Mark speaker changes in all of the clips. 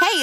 Speaker 1: Hey,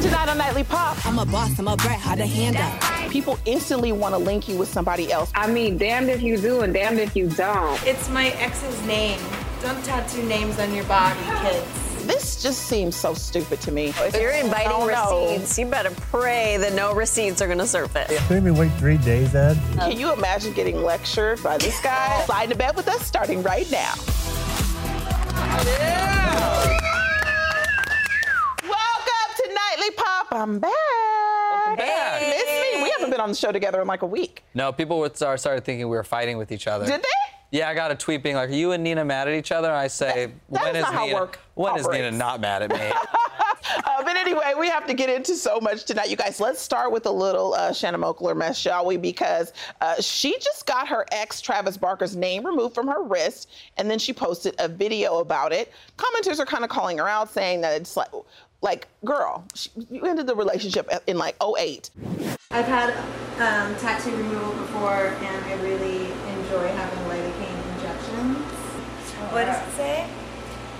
Speaker 2: Tonight on Nightly Pop,
Speaker 3: I'm a boss, I'm a brat, how the hand up.
Speaker 2: People instantly want to link you with somebody else.
Speaker 4: I mean, damned if you do and damned if you don't.
Speaker 5: It's my ex's name. Don't tattoo names on your body, kids.
Speaker 2: This just seems so stupid to me.
Speaker 6: If you're
Speaker 2: Oh,
Speaker 6: inviting receipts, know. you better pray that no receipts are going to surface.
Speaker 7: Yeah. Made me wait three days, Ed.
Speaker 2: Can you imagine getting lectured by this guy? Slide to bed with us starting right now. Yeah. Pop, I'm back. Welcome back. Hey. Miss me? We haven't been on the show together in like a week.
Speaker 8: No, people would start, started thinking we were fighting with each other.
Speaker 2: Did they?
Speaker 8: Yeah, I got a tweet being like, "Are you and Nina mad at each other?" I say,
Speaker 2: that, that
Speaker 8: "When
Speaker 2: is,
Speaker 8: is
Speaker 2: Nina?
Speaker 8: When is Nina not mad at me?"
Speaker 2: uh, but anyway, we have to get into so much tonight, you guys. Let's start with a little uh, Shannon Mokler mess, shall we? Because uh, she just got her ex Travis Barker's name removed from her wrist, and then she posted a video about it. Commenters are kind of calling her out, saying that it's like, like girl you ended the relationship in like 08
Speaker 5: i've had um, tattoo removal before and i really enjoy having lidocaine injections oh, what does it say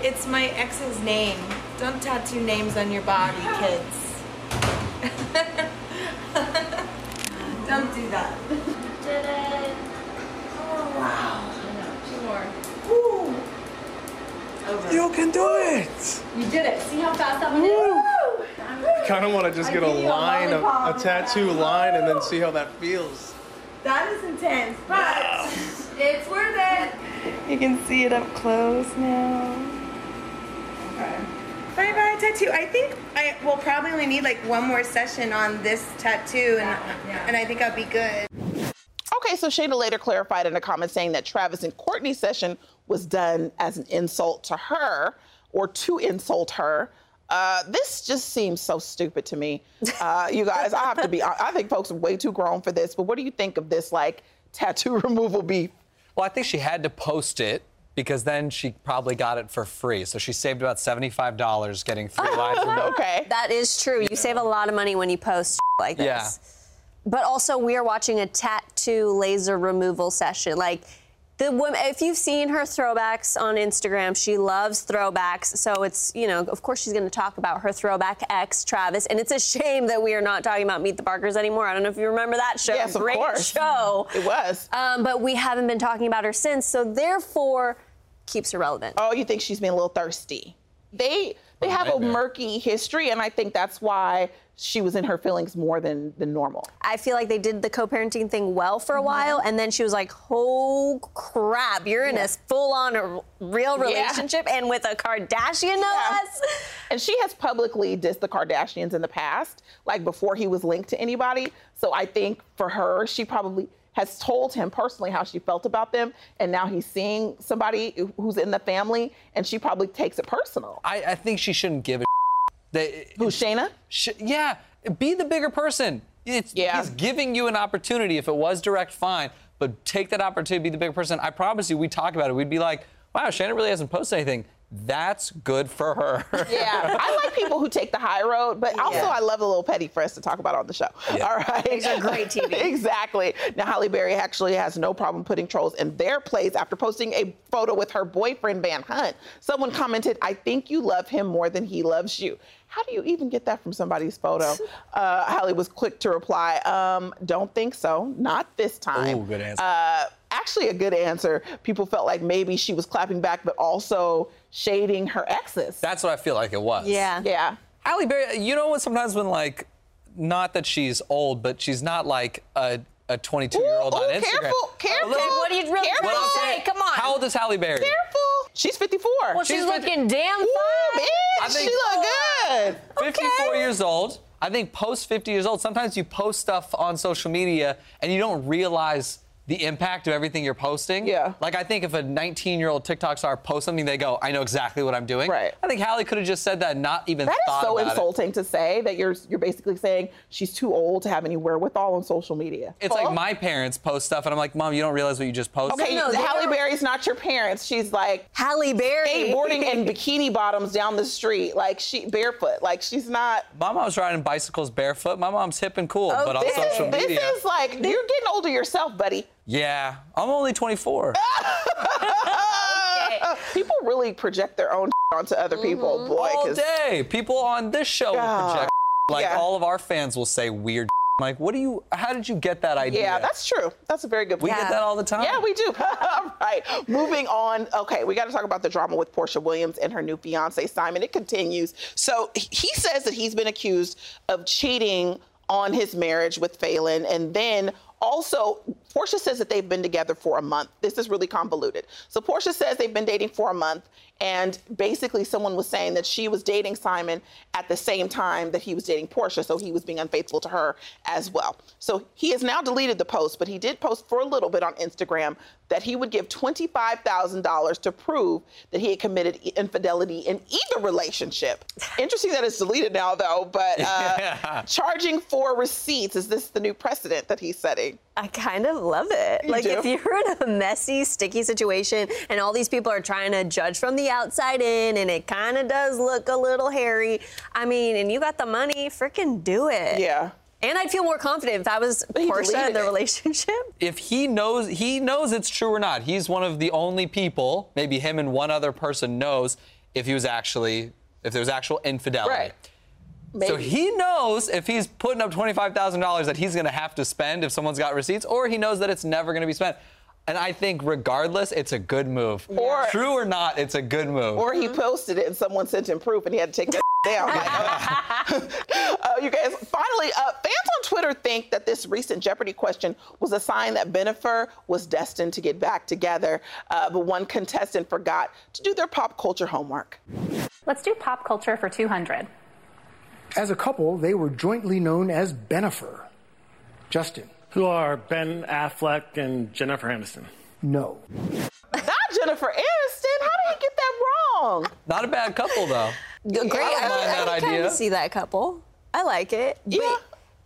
Speaker 5: it's my ex's name don't tattoo names on your body kids don't do that
Speaker 9: did it oh wow
Speaker 5: two more
Speaker 9: Ooh.
Speaker 5: Over.
Speaker 7: You can do it.
Speaker 5: You did it. See how fast that one is? Woo!
Speaker 10: I kind of want to just get a line, a, a, tattoo line, and then see how that feels.
Speaker 5: That is intense, but wow. it's worth it.
Speaker 11: You can see it up close now. Okay.
Speaker 5: Bye bye tattoo. I think I will probably only need like one more session on this tattoo, and yeah. and I think I'll be good.
Speaker 2: Okay, so Shayna later clarified in a comment saying that Travis and Courtney's session was done as an insult to her or to insult her. Uh, this just seems so stupid to me. Uh, you guys, I have to be, I, I think folks are way too grown for this, but what do you think of this, like, tattoo removal beef?
Speaker 8: Well, I think she had to post it because then she probably got it for free. So she saved about $75 getting free lines.
Speaker 2: okay.
Speaker 6: That is true. You save a lot of money when you post like this.
Speaker 8: Yeah.
Speaker 6: But also, we are watching a tattoo laser removal session. Like, the woman, if you've seen her throwbacks on Instagram, she loves throwbacks. So it's, you know, of course she's going to talk about her throwback ex, Travis. And it's a shame that we are not talking about Meet the Barkers anymore. I don't know if you remember that show.
Speaker 2: Yes,
Speaker 6: Great
Speaker 2: of course.
Speaker 6: show.
Speaker 2: It was.
Speaker 6: Um, but we haven't been talking about her since. So therefore, keeps her relevant.
Speaker 2: Oh, you think she's being a little thirsty? They they have a murky history, and I think that's why she was in her feelings more than than normal.
Speaker 6: I feel like they did the co-parenting thing well for a mm-hmm. while, and then she was like, "Oh crap, you're in yeah. a full-on real relationship yeah. and with a Kardashian yeah. of us."
Speaker 2: And she has publicly dissed the Kardashians in the past, like before he was linked to anybody. So I think for her, she probably has told him personally how she felt about them, and now he's seeing somebody who's in the family, and she probably takes it personal.
Speaker 8: I, I think she shouldn't give a.
Speaker 2: They, Who, Shayna?
Speaker 8: Sh- yeah, be the bigger person. It's, yeah. He's giving you an opportunity. If it was direct, fine, but take that opportunity, be the bigger person. I promise you, we talk about it. We'd be like, wow, Shayna really hasn't posted anything that's good for her.
Speaker 2: yeah, I like people who take the high road, but yeah. also I love the little petty for us to talk about on the show. Yeah. All right.
Speaker 6: These are great TV.
Speaker 2: exactly. Now, Holly Berry actually has no problem putting trolls in their place after posting a photo with her boyfriend, Van Hunt. Someone commented, I think you love him more than he loves you. How do you even get that from somebody's photo? Uh, Holly was quick to reply, um, Don't think so. Not this time.
Speaker 8: Oh, good answer. Uh,
Speaker 2: actually a good answer. People felt like maybe she was clapping back, but also shading her exes.
Speaker 8: That's what I feel like it was.
Speaker 6: Yeah.
Speaker 2: Yeah.
Speaker 8: Halle Berry, you know when sometimes when like, not that she's old, but she's not like a a 22 year old
Speaker 2: Ooh,
Speaker 8: on
Speaker 2: ooh,
Speaker 8: Instagram.
Speaker 2: careful, careful.
Speaker 12: What do you really
Speaker 2: careful.
Speaker 12: wanna say? Come on.
Speaker 8: How old is Halle Berry?
Speaker 2: Careful. She's 54.
Speaker 12: Well, she's, looking damn fine.
Speaker 2: I think- she look good.
Speaker 8: 54 years old. I think post 50 years old, sometimes you post stuff on social media and you don't realize the impact of everything you're posting. Yeah. Like I think if a 19 year old TikTok star posts something, they go, I know exactly what I'm doing. Right. I think Hallie could have just said that, and not even
Speaker 2: That is
Speaker 8: thought
Speaker 2: so
Speaker 8: about it.
Speaker 2: insulting to say that you're you're basically saying she's too old to have any wherewithal on social media.
Speaker 8: It's like my parents post stuff, and I'm like, Mom, you don't realize what you just posted.
Speaker 2: Okay, Halle Berry's not your parents. She's like
Speaker 6: Halle Berry
Speaker 2: skateboarding in bikini bottoms down the street, like she barefoot. Like she's not.
Speaker 8: My mom's riding bicycles barefoot. My mom's hip and cool, but on
Speaker 2: Oh, this
Speaker 8: social
Speaker 2: is,
Speaker 8: media.
Speaker 2: This is like you're getting older yourself, buddy.
Speaker 8: Yeah, I'm only 24.
Speaker 2: People really project their own onto other people. Boy,
Speaker 8: all
Speaker 2: 'cause-
Speaker 8: day. People on this show will project. Like
Speaker 2: Yeah.
Speaker 8: all of our fans will say weird. Like, what do you? How did you get that idea?
Speaker 2: Yeah, that's true. That's a very good
Speaker 8: We
Speaker 2: point.
Speaker 8: get that all the time.
Speaker 2: Yeah, we do. all right. Moving on. Okay, we got to talk about the drama with Portia Williams and her new fiance, Simon. It continues. So he- he says that he's been accused of cheating on his marriage with Phelan and then. Also, Portia says that they've been together for a month. This is really convoluted. So, Portia says they've been dating for a month, and basically, someone was saying that she was dating Simon at the same time that he was dating Portia, so he was being unfaithful to her as well. So he has now deleted the post, but he did post for a little bit on Instagram that he would give $25,000 to prove that he had committed i- infidelity in either relationship. Interesting that it's deleted now, though, but uh,
Speaker 8: Yeah.
Speaker 2: charging for receipts is this the new precedent that he's setting?
Speaker 6: I kind of love it.
Speaker 2: You
Speaker 6: like
Speaker 2: do?
Speaker 6: if you're in a messy, sticky situation and all these people are trying to judge from the outside in and it kind of does look a little hairy. I mean, and you got the money, freaking do it.
Speaker 2: Yeah.
Speaker 6: And I'd feel more confident if I was Portia in the relationship.
Speaker 8: if he knows he knows it's true or not. He's one of the only people, maybe him and one other person knows if he was actually if there was actual infidelity.
Speaker 2: Right.
Speaker 8: So
Speaker 2: Maybe.
Speaker 8: he knows if he's putting up $25,000 that he's going to have to spend if someone's got receipts or he knows that it's never going to be spent. And I think regardless, it's a good move.
Speaker 2: Or-
Speaker 8: true or not, it's a good move.
Speaker 2: Or he posted it and someone sent him proof and he had to take that down. Like, uh, you guys, finally, uh, fans on Twitter think that this recent Jeopardy question was a sign that Benifer was destined to get back together, uh, but one contestant forgot to do their pop culture homework.
Speaker 13: Let's do pop culture for 200.
Speaker 14: As a couple, they were jointly known as Benifer. Justin.
Speaker 15: Who are Ben Affleck and Jennifer Aniston?
Speaker 14: No.
Speaker 2: Not Jennifer Aniston. How did he get that wrong?
Speaker 8: Not a bad couple though.
Speaker 6: Great.
Speaker 8: I don't mind that
Speaker 6: I can kind
Speaker 8: idea.
Speaker 6: of see that couple. I like it. Yeah.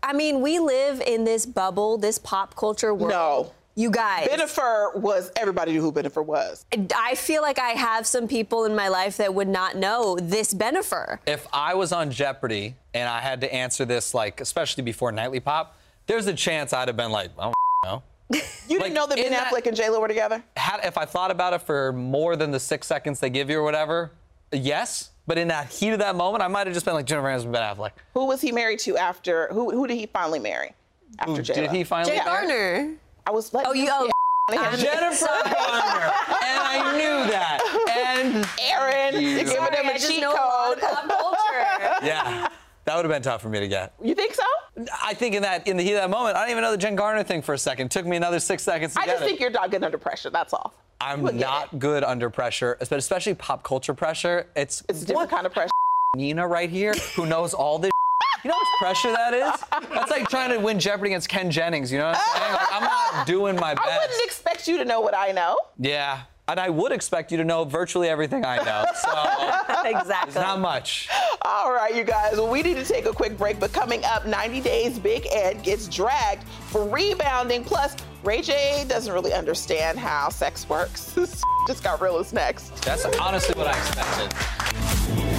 Speaker 6: I mean, we live in this bubble, this pop culture world.
Speaker 2: No.
Speaker 6: You guys.
Speaker 2: Benifer was, everybody knew who Benifer was.
Speaker 6: I feel like I have some people in my life that would not know this Benifer.
Speaker 8: If I was on Jeopardy and I had to answer this, like especially before Nightly Pop, there's a chance I'd have been like, "Oh, I don't know.
Speaker 2: You didn't know that Ben Affleck and J Lo were together?
Speaker 8: Had, if I thought about it for more than the six seconds they give you or whatever, yes. But in that heat of that moment, I might have just been like Jennifer Aniston, Ben Affleck.
Speaker 2: Who was he married to after? Who who did he finally marry? After
Speaker 8: Who
Speaker 2: J
Speaker 8: Mm. did he finally
Speaker 6: Jay
Speaker 8: marry?
Speaker 6: Garner.
Speaker 2: I was like,
Speaker 6: oh, you, oh,
Speaker 2: I'm
Speaker 8: Jennifer
Speaker 6: sorry.
Speaker 8: Garner, and I knew that. And
Speaker 2: Aaron,
Speaker 8: you.
Speaker 2: you're giving him a cheat code.
Speaker 8: yeah, that would have been tough for me to get.
Speaker 2: You think so?
Speaker 8: I think in that in the heat of that moment, I didn't even know the Jen Garner thing for a second. took me another six seconds to
Speaker 2: I
Speaker 8: get
Speaker 2: just
Speaker 8: it.
Speaker 2: think you're not good under pressure. That's all.
Speaker 8: I'm not good under pressure, but especially pop culture pressure. It's it's a different
Speaker 2: kind of pressure.
Speaker 8: Nina right here, who knows all this. you know how much pressure that is? That's like trying to win Jeopardy against Ken Jennings. You know what I'm saying? Like, I'm not doing my
Speaker 2: I
Speaker 8: best.
Speaker 2: wouldn't expect you to know what I know.
Speaker 8: Yeah, and I would expect you to know virtually everything I know. So
Speaker 6: exactly.
Speaker 8: it's not much.
Speaker 2: All right, you guys. Well, we need to take a quick break, but coming up, 90 Days Big Ed gets dragged for rebounding. Plus, Ray J doesn't really understand how sex works. just got real is next.
Speaker 8: That's honestly what I expected.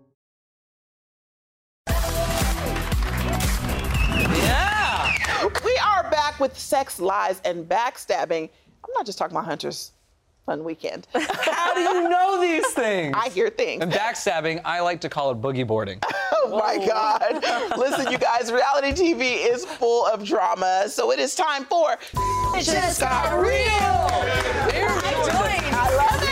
Speaker 8: Yeah!
Speaker 2: We are back with sex, lies, and backstabbing. I'm not just talking about hunters. Fun weekend.
Speaker 8: How do you know these things?
Speaker 2: I hear things.
Speaker 8: And backstabbing, I like to call it boogie boarding.
Speaker 2: Oh my God. Listen, you guys, reality TV is full of drama. So it is time for It Just Got Real. I love it.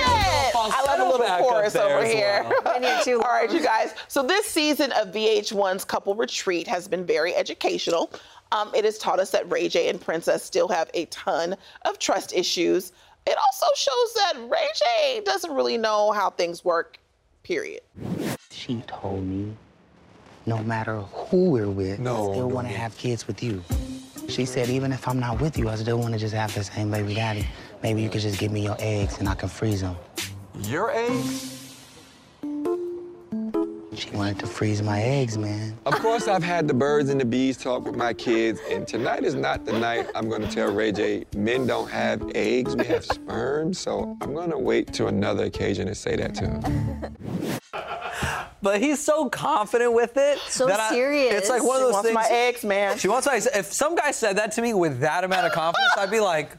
Speaker 2: I love a little
Speaker 8: Back up
Speaker 2: chorus
Speaker 8: there
Speaker 2: over
Speaker 8: as
Speaker 2: here.
Speaker 8: well.
Speaker 2: All right, you guys. So this season of VH1's Couple Retreat has been very educational. Um, it has taught us that Ray J and Princess still have a ton of trust issues. It also shows that Ray J doesn't really know how things work, period.
Speaker 16: She told me, no matter who we're with, I still want to have kids with you. She said, even if I'm not with you, I still want to just have the same baby daddy. Maybe you could just give me your eggs and I can freeze them.
Speaker 8: Your eggs?
Speaker 16: She wanted to freeze my eggs, man.
Speaker 17: Of course, I've had the birds and the bees talk with my kids, and tonight is not the night I'm gonna tell Ray J men don't have eggs, we have sperm, so I'm gonna wait to another occasion to say that to him.
Speaker 8: But he's so confident with it.
Speaker 6: So
Speaker 8: that I-
Speaker 6: serious.
Speaker 8: it's like one
Speaker 6: She
Speaker 8: of those
Speaker 6: wants
Speaker 8: things.
Speaker 6: my
Speaker 2: eggs, man.
Speaker 8: She wants my eggs. If some guy said that to me with that amount of confidence, I'd be like,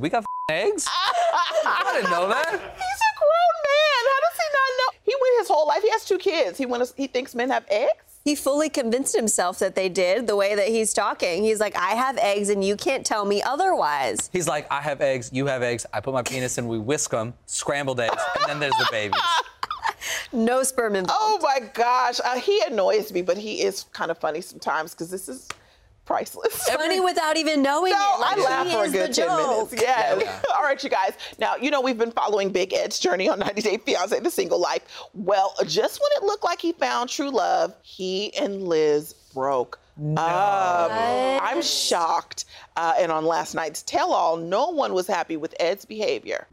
Speaker 8: we got eggs? I didn't know that.
Speaker 2: He's a grown man. How does he not know? He went his whole life. He has two kids. He went, He thinks men have eggs.
Speaker 6: He fully convinced himself that they did the way that he's talking. He's like, I have eggs and you can't tell me otherwise.
Speaker 8: He's like, I have eggs, you have eggs. I put my penis in, we whisk them, scrambled eggs, and then there's the babies.
Speaker 6: No sperm involved.
Speaker 2: Oh my gosh, uh, he annoys me, but he is kind of funny sometimes because this is priceless.
Speaker 8: Oh,
Speaker 6: Funny without even knowing
Speaker 2: No,
Speaker 6: it. Like,
Speaker 2: I laugh
Speaker 6: he
Speaker 2: for a
Speaker 6: is
Speaker 2: good
Speaker 6: the
Speaker 2: 10
Speaker 6: joke.
Speaker 2: minutes. Yes. All right, you guys. Now, you know, we've been following Big Ed's journey on 90 Day Fiancé, The Single Life. Well, just when it looked like he found true love, he and Liz broke up. I'm shocked. Uh, and on last night's Tell All, no one was happy with Ed's behavior.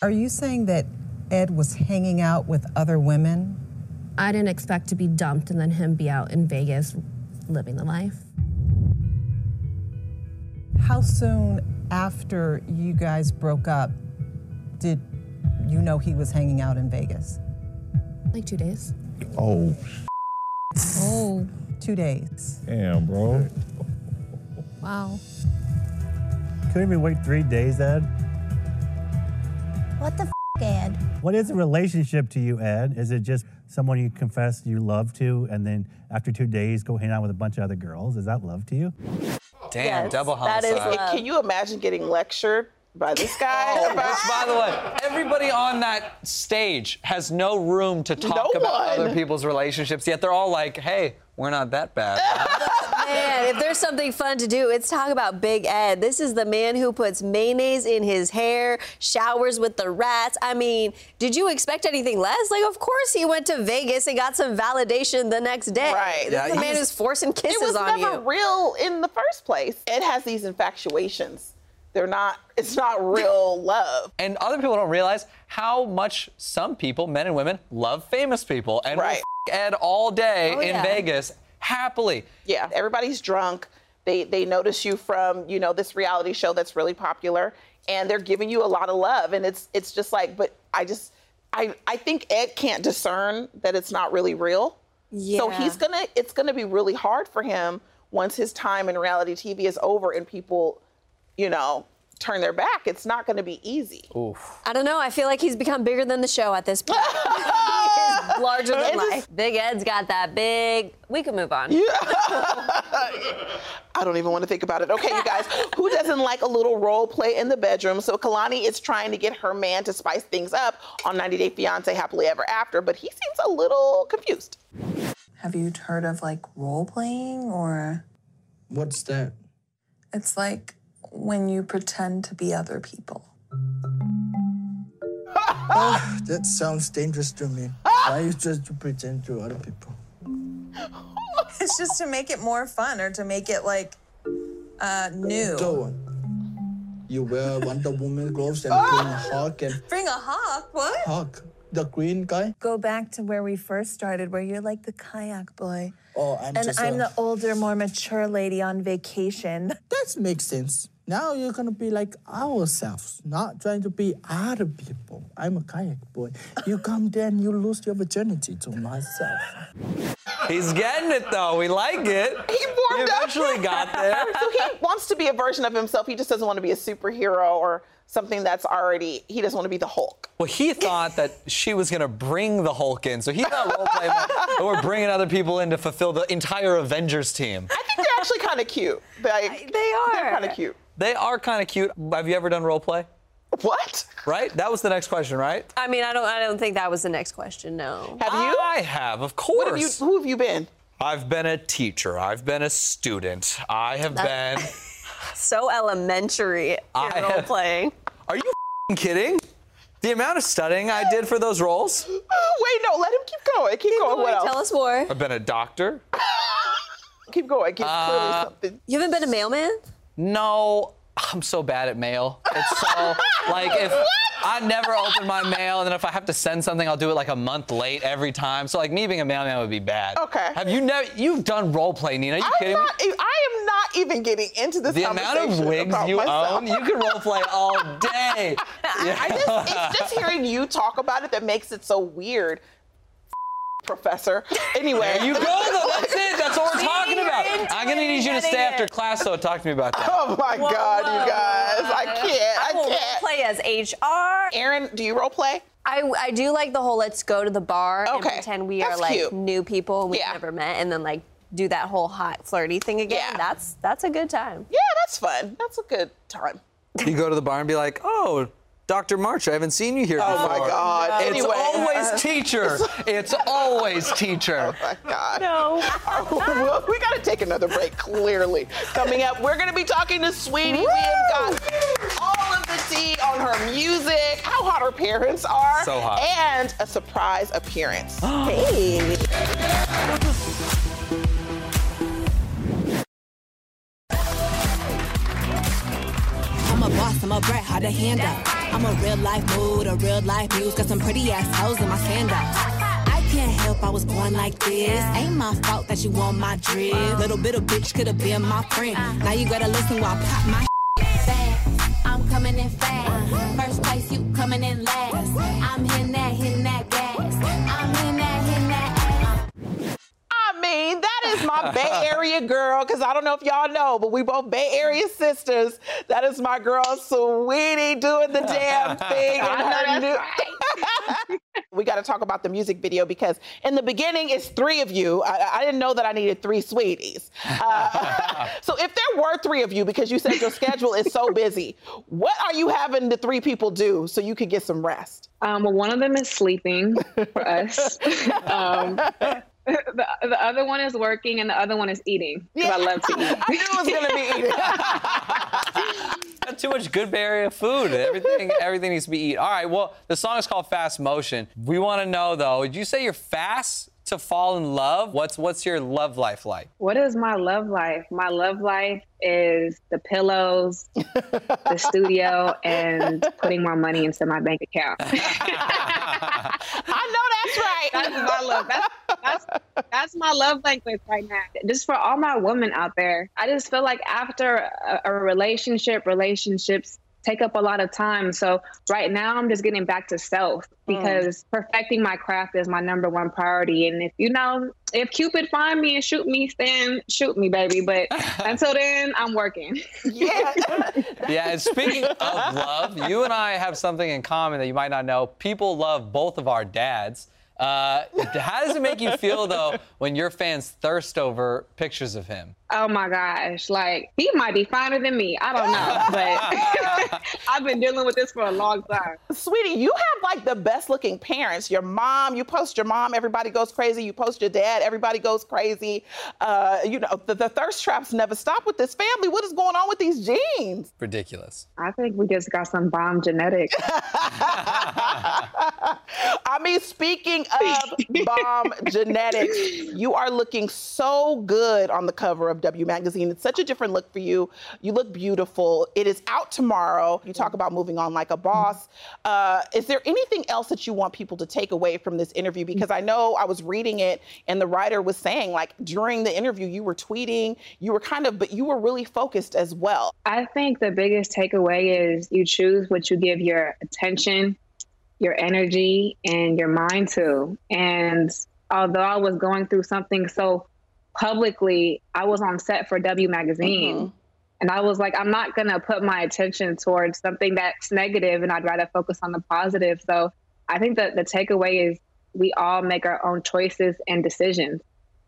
Speaker 18: Are you saying that Ed was hanging out with other women?
Speaker 19: I didn't expect to be dumped and then him be out in Vegas living the life.
Speaker 18: How soon after you guys broke up did you know he was hanging out in Vegas?
Speaker 19: Like two days.
Speaker 20: Oh,
Speaker 18: Oh, two days.
Speaker 20: damn, bro.
Speaker 19: Wow.
Speaker 7: Couldn't we wait three days, Ed?
Speaker 21: What the f, Ed?
Speaker 7: What is a relationship to you, Ed? Is it just someone you confess you love to, and then after two days go hang out with a bunch of other girls? Is that love to you?
Speaker 8: Damn, double
Speaker 2: that
Speaker 8: homicide.
Speaker 2: is Can you imagine getting lectured by this guy?
Speaker 8: Uh. Oh,
Speaker 2: about-
Speaker 8: which, by the way, everybody on that stage has no room to talk
Speaker 2: No
Speaker 8: about
Speaker 2: one.
Speaker 8: other people's relationships, yet they're all like, hey, we're not that bad.
Speaker 6: Man, if there's something fun to do, it's talk about Big Ed. This is the man who puts mayonnaise in his hair, showers with the rats. I mean, did you expect anything less? Like, of course he went to Vegas and got some validation the next day.
Speaker 2: Right.
Speaker 6: This
Speaker 2: Yeah,
Speaker 6: is the man
Speaker 2: he's-
Speaker 6: who's forcing kisses
Speaker 2: it was
Speaker 6: on
Speaker 2: never
Speaker 6: you.
Speaker 2: real in the first place. Ed has these infatuations. They're not. It's not real love.
Speaker 8: And other people don't realize how much some people, men and women, love famous people and will
Speaker 2: Right.
Speaker 8: f- Ed all day
Speaker 2: Oh,
Speaker 8: in
Speaker 2: yeah.
Speaker 8: Vegas happily.
Speaker 2: Yeah, everybody's drunk. They they notice you from you know this reality show that's really popular, and they're giving you a lot of love, and it's it's just like, but I just I I think Ed can't discern that it's not really real. So
Speaker 22: Yeah.
Speaker 2: he's gonna it's gonna be really hard for him once his time in reality TV is over and people, you know, turn their back. It's not gonna be easy.
Speaker 6: I don't know. I feel like he's become bigger than the show at this point. he is larger than life. Big Ed's got that big. We can move on.
Speaker 2: I don't even want to think about it. Okay, you guys, who doesn't like a little role play in the bedroom? So Kalani is trying to get her man to spice things up on 90 Day Fiance Happily Ever After, but he seems a little confused.
Speaker 22: Have you heard of like role playing or?
Speaker 23: What's that?
Speaker 22: It's like when you pretend to be other people.
Speaker 23: Ah, that sounds dangerous to me. Why you just to pretend to other people?
Speaker 22: it's just to make it more fun or to make it like uh, new.
Speaker 23: Go on. You wear Wonder Woman gloves and bring a hawk and
Speaker 22: Bring a hawk? What?
Speaker 23: hawk. The green guy?
Speaker 22: Go back to where we first started, where you're like the kayak boy.
Speaker 23: Oh, I'm
Speaker 22: and
Speaker 23: just
Speaker 22: I'm
Speaker 23: a-
Speaker 22: the older, more mature lady on vacation.
Speaker 23: That makes sense. Now you're gonna be like ourselves, not trying to be other people. I'm a kayak boy. You come there and you lose your virginity to myself.
Speaker 8: He's getting it though. We like it.
Speaker 2: He warmed
Speaker 8: up. Eventually got there.
Speaker 2: so he wants to be a version of himself. He just doesn't want to be a superhero or something that's already. He doesn't want to be the Hulk.
Speaker 8: Well, he thought that she was gonna bring the Hulk in, so he thought role play meant that we're bringing other people in to fulfill the entire Avengers team.
Speaker 2: I think they're actually kind of cute. Like, they are. They're kind of cute.
Speaker 8: They are kind of cute. Have you ever done role play?
Speaker 2: What?
Speaker 8: Right? That was the next question, right?
Speaker 6: I mean, I don't. I don't think that was the next question. No.
Speaker 2: Have you?
Speaker 8: I have, of course.
Speaker 2: What have you? Who have you been?
Speaker 8: I've been a teacher. I've been a student. I have
Speaker 6: That-
Speaker 8: been.
Speaker 6: so elementary in
Speaker 8: I
Speaker 6: role
Speaker 8: have-
Speaker 6: playing.
Speaker 8: Are you f***ing kidding? The amount of studying I did for those roles.
Speaker 2: Oh, wait, no. Let him keep going. Keep, going. What else?
Speaker 6: Tell us more.
Speaker 8: I've been a doctor.
Speaker 2: Keep going. Keep
Speaker 8: Uh,
Speaker 2: clearly something.
Speaker 6: You haven't been a mailman?
Speaker 8: No, I'm so bad at mail. It's so like if I never open my mail, and then if I have to send something, I'll do it like a month late every time. So like me being a mailman would be bad.
Speaker 2: Okay.
Speaker 8: Have you never? You've done role play, Nina? Are you
Speaker 2: I'm
Speaker 8: kidding me?
Speaker 2: not, e, I am not even getting into this
Speaker 8: The amount
Speaker 2: conversation
Speaker 8: of wigs
Speaker 2: about
Speaker 8: you
Speaker 2: myself.
Speaker 8: own, you can role play all day.
Speaker 2: I just, it's just hearing you talk about it that makes it so weird. Professor. Anyway,
Speaker 8: There you go, though. That's it. That's what we're
Speaker 2: See,
Speaker 8: talking
Speaker 2: you're
Speaker 8: about.
Speaker 2: into
Speaker 8: I'm gonna
Speaker 2: it.
Speaker 8: need you to
Speaker 2: Getting
Speaker 8: stay
Speaker 2: it.
Speaker 8: after class, though. Talk to me about that.
Speaker 2: Oh my
Speaker 6: Whoa,
Speaker 2: God,
Speaker 6: whoa.
Speaker 2: you guys! I can't. I,
Speaker 6: I will
Speaker 2: can't.
Speaker 6: play as HR.
Speaker 2: Aaron, do you role play?
Speaker 6: I, I do like the whole let's go to the bar and
Speaker 2: Okay.
Speaker 6: pretend we
Speaker 2: That's
Speaker 6: are like
Speaker 2: cute.
Speaker 6: new people and we've
Speaker 2: Yeah.
Speaker 6: never met and then like do that whole hot flirty thing again.
Speaker 2: Yeah.
Speaker 6: That's that's a good time.
Speaker 2: Yeah, that's fun. That's a good time.
Speaker 8: You go to the bar and be like, oh. Dr. March, I haven't seen you here
Speaker 2: Oh, my
Speaker 8: before.
Speaker 2: God.
Speaker 8: It's
Speaker 2: Anyway.
Speaker 8: always teacher. It's always teacher.
Speaker 2: Oh my God. No. well, we got to take another break, clearly. Coming up, we're going to be talking to Sweetie. We have got all of the tea on her music, how hot her parents are.
Speaker 8: So hot.
Speaker 2: And a surprise appearance. hey.
Speaker 24: I'm a boss, I'm a brat, how to hand up. I'm a real life mood, a real life muse, got some pretty ass hoes in my stand up. I can't help, I was born like this. Ain't my fault that you want my drip. Little bit of bitch could have been my friend. Now you gotta listen while I pop my.
Speaker 1: Uh-huh. fast. I'm coming in fast. First place, you coming in last. I'm hitting that, hitting that gas. I'm hitting that, hitting that ass.
Speaker 2: I mean, that is my Bay Area girl, because I don't know if y'all know, but we both Bay Area sisters. That is my girl, Sweetie, doing the damn thing. in
Speaker 9: I know
Speaker 2: her
Speaker 9: that's
Speaker 2: new- we got to talk about the music video because in the beginning, it's three of you. I, I didn't know that I needed three Sweeties. Uh, so if there were three of you, because you said your schedule is so busy, what are you having the three people do so you could get some rest?
Speaker 25: Um, well, one of them is sleeping for us. um, the, the other one is working, and the other one is eating. 'cause I love to eat.
Speaker 2: I knew it was gonna be eating.
Speaker 8: Got too much good Bay Area food. Everything, everything needs to be eaten. All right. Well, the song is called Fast Motion. We want to know though. Did you say you're fast to fall in love? What's what's your love life like?
Speaker 25: What is my love life? My love life is the pillows, the studio, and putting more money into my bank account.
Speaker 2: I
Speaker 25: know that's right. That's my love. That's, that's, that's my love language right now. Just for all my women out there, I just feel like after a, a relationship, relationships take up a lot of time. So right now, I'm just getting back to self because perfecting my craft is my number one priority. And if you know, if Cupid find me and shoot me, then shoot me, baby. But until then, I'm working.
Speaker 2: Yeah.
Speaker 8: Yeah. And speaking of love, you and I have something in common that you might not know. People love both of our dads. Uh, how does it make you feel though when your fans thirst over pictures of him?
Speaker 25: Oh my gosh, like he might be finer than me. I don't know, but I've been dealing with this for a long time.
Speaker 2: Sweetie, you have like the best looking parents. Your mom, you post your mom, everybody goes crazy. You post your dad, everybody goes crazy. Uh, you know, the, the thirst traps never stop with this family. What is going on with these genes?
Speaker 8: Ridiculous.
Speaker 25: I think we just got some bomb genetics.
Speaker 2: I mean, speaking of bomb genetics, you are looking so good on the cover of W Magazine. It's such a different look for you. You look beautiful. It is out tomorrow. tomorrow. You talk about moving on like a boss. Uh, is there anything else that you want people to take away from this interview? Because I know I was reading it, and the writer was saying like during the interview you were tweeting, you were kind of, but you were really focused as well.
Speaker 25: I think the biggest takeaway is you choose what you give your attention, your energy, and your mind to. And although I was going through something so publicly, I was on set for W Magazine. And I was like, I'm not going to put my attention towards something that's negative, and I'd rather focus on the positive. So I think that the takeaway is we all make our own choices and decisions.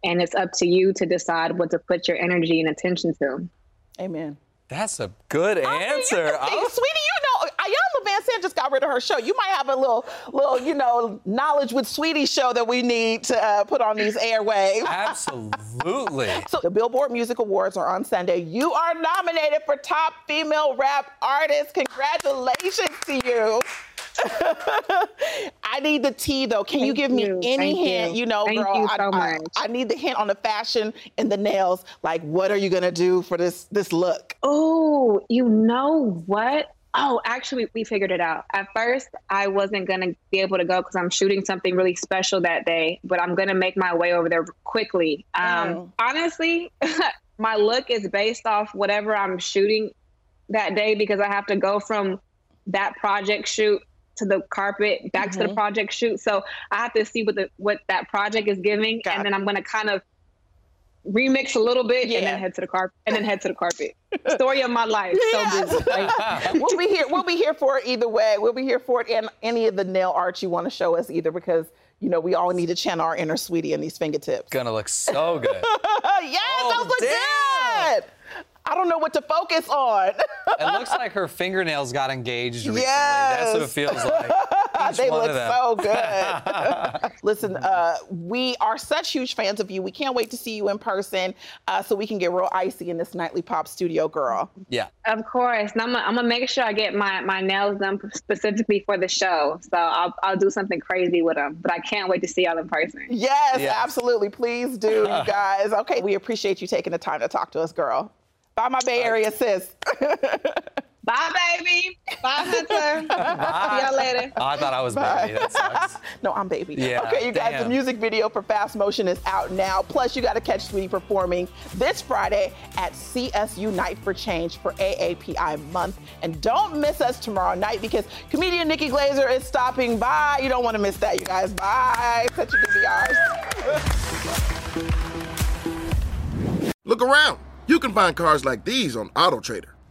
Speaker 25: And it's up to you to decide what to put your energy and attention to.
Speaker 2: Amen.
Speaker 8: That's a good answer.
Speaker 2: Hey,
Speaker 25: Oh.
Speaker 8: I'll-
Speaker 2: sweetie, Oh, you know, Ayala Van Sant just got rid of her show. You might have a little, little, you know, knowledge with Sweetie show that we need to uh, put on these airwaves.
Speaker 8: Absolutely.
Speaker 2: So the Billboard Music Awards are on Sunday. You are nominated for Top Female Rap Artist. Congratulations to you. I need the tea though. Can you
Speaker 25: Thank
Speaker 2: give me
Speaker 25: you.
Speaker 2: any
Speaker 25: Thank
Speaker 2: hint?
Speaker 25: you.
Speaker 2: You, know,
Speaker 25: Thank
Speaker 2: girl,
Speaker 25: you
Speaker 2: I,
Speaker 25: so
Speaker 2: I-
Speaker 25: much.
Speaker 2: I need the hint on the fashion and the nails. Like, what are you gonna do for this this look?
Speaker 25: Oh, you know what? Oh, actually, we figured it out. At first, I wasn't going to be able to go because I'm shooting something really special that day, but I'm going to make my way over there quickly. Um,
Speaker 3: Oh.
Speaker 25: Honestly, my look is based off whatever I'm shooting that day because I have to go from that project shoot to the carpet back to the
Speaker 3: Mhm.
Speaker 25: project shoot. So I have to see what the what that project is giving, and then I'm going to kind of remix a little bit and then head to the carpet and then head to the carpet. Story of my life. So busy.
Speaker 2: we'll be here. We'll be here for it either way. We'll be here for it and any of the nail art you want to show us either because you know we all need to channel our inner sweetie in these fingertips.
Speaker 8: Gonna look so good.
Speaker 2: yes,
Speaker 8: Oh,
Speaker 2: those look good. I don't know what to focus on.
Speaker 8: It looks like her fingernails got engaged recently. That's what it
Speaker 2: Yes.
Speaker 8: feels like. Each
Speaker 2: they
Speaker 8: one
Speaker 2: look
Speaker 8: of them.
Speaker 2: so good. Listen, uh, we are such huge fans of you. We can't wait to see you in person uh, so we can get real icy in this nightly pop studio, girl.
Speaker 8: Yeah.
Speaker 25: Of course. And I'm gonna, I'm gonna make sure I get my, my nails done specifically for the show. So I'll, I'll do something crazy with them, but I can't wait to see y'all in person.
Speaker 2: Yes,
Speaker 25: Yes.
Speaker 2: absolutely. Please do, you guys. Okay, we appreciate you taking the time to talk to us, girl. Bye, my Bay Area sis.
Speaker 25: Bye, baby. Bye, Hunter. See y'all later.
Speaker 8: Oh, I thought I was
Speaker 2: Bye.
Speaker 8: baby. That sucks.
Speaker 2: no, I'm baby.
Speaker 8: Yeah,
Speaker 2: okay, you guys, the
Speaker 8: damn.
Speaker 2: music video for Fast Motion is out now. Plus, you got to catch Sweetie performing this Friday at CSU Night for Change for AAPI month. And don't miss us tomorrow night because comedian Nikki Glazer is stopping by. You don't want to miss that, you guys. Bye. Such a busy hours.
Speaker 4: Look around. You can find cars like these on AutoTrader,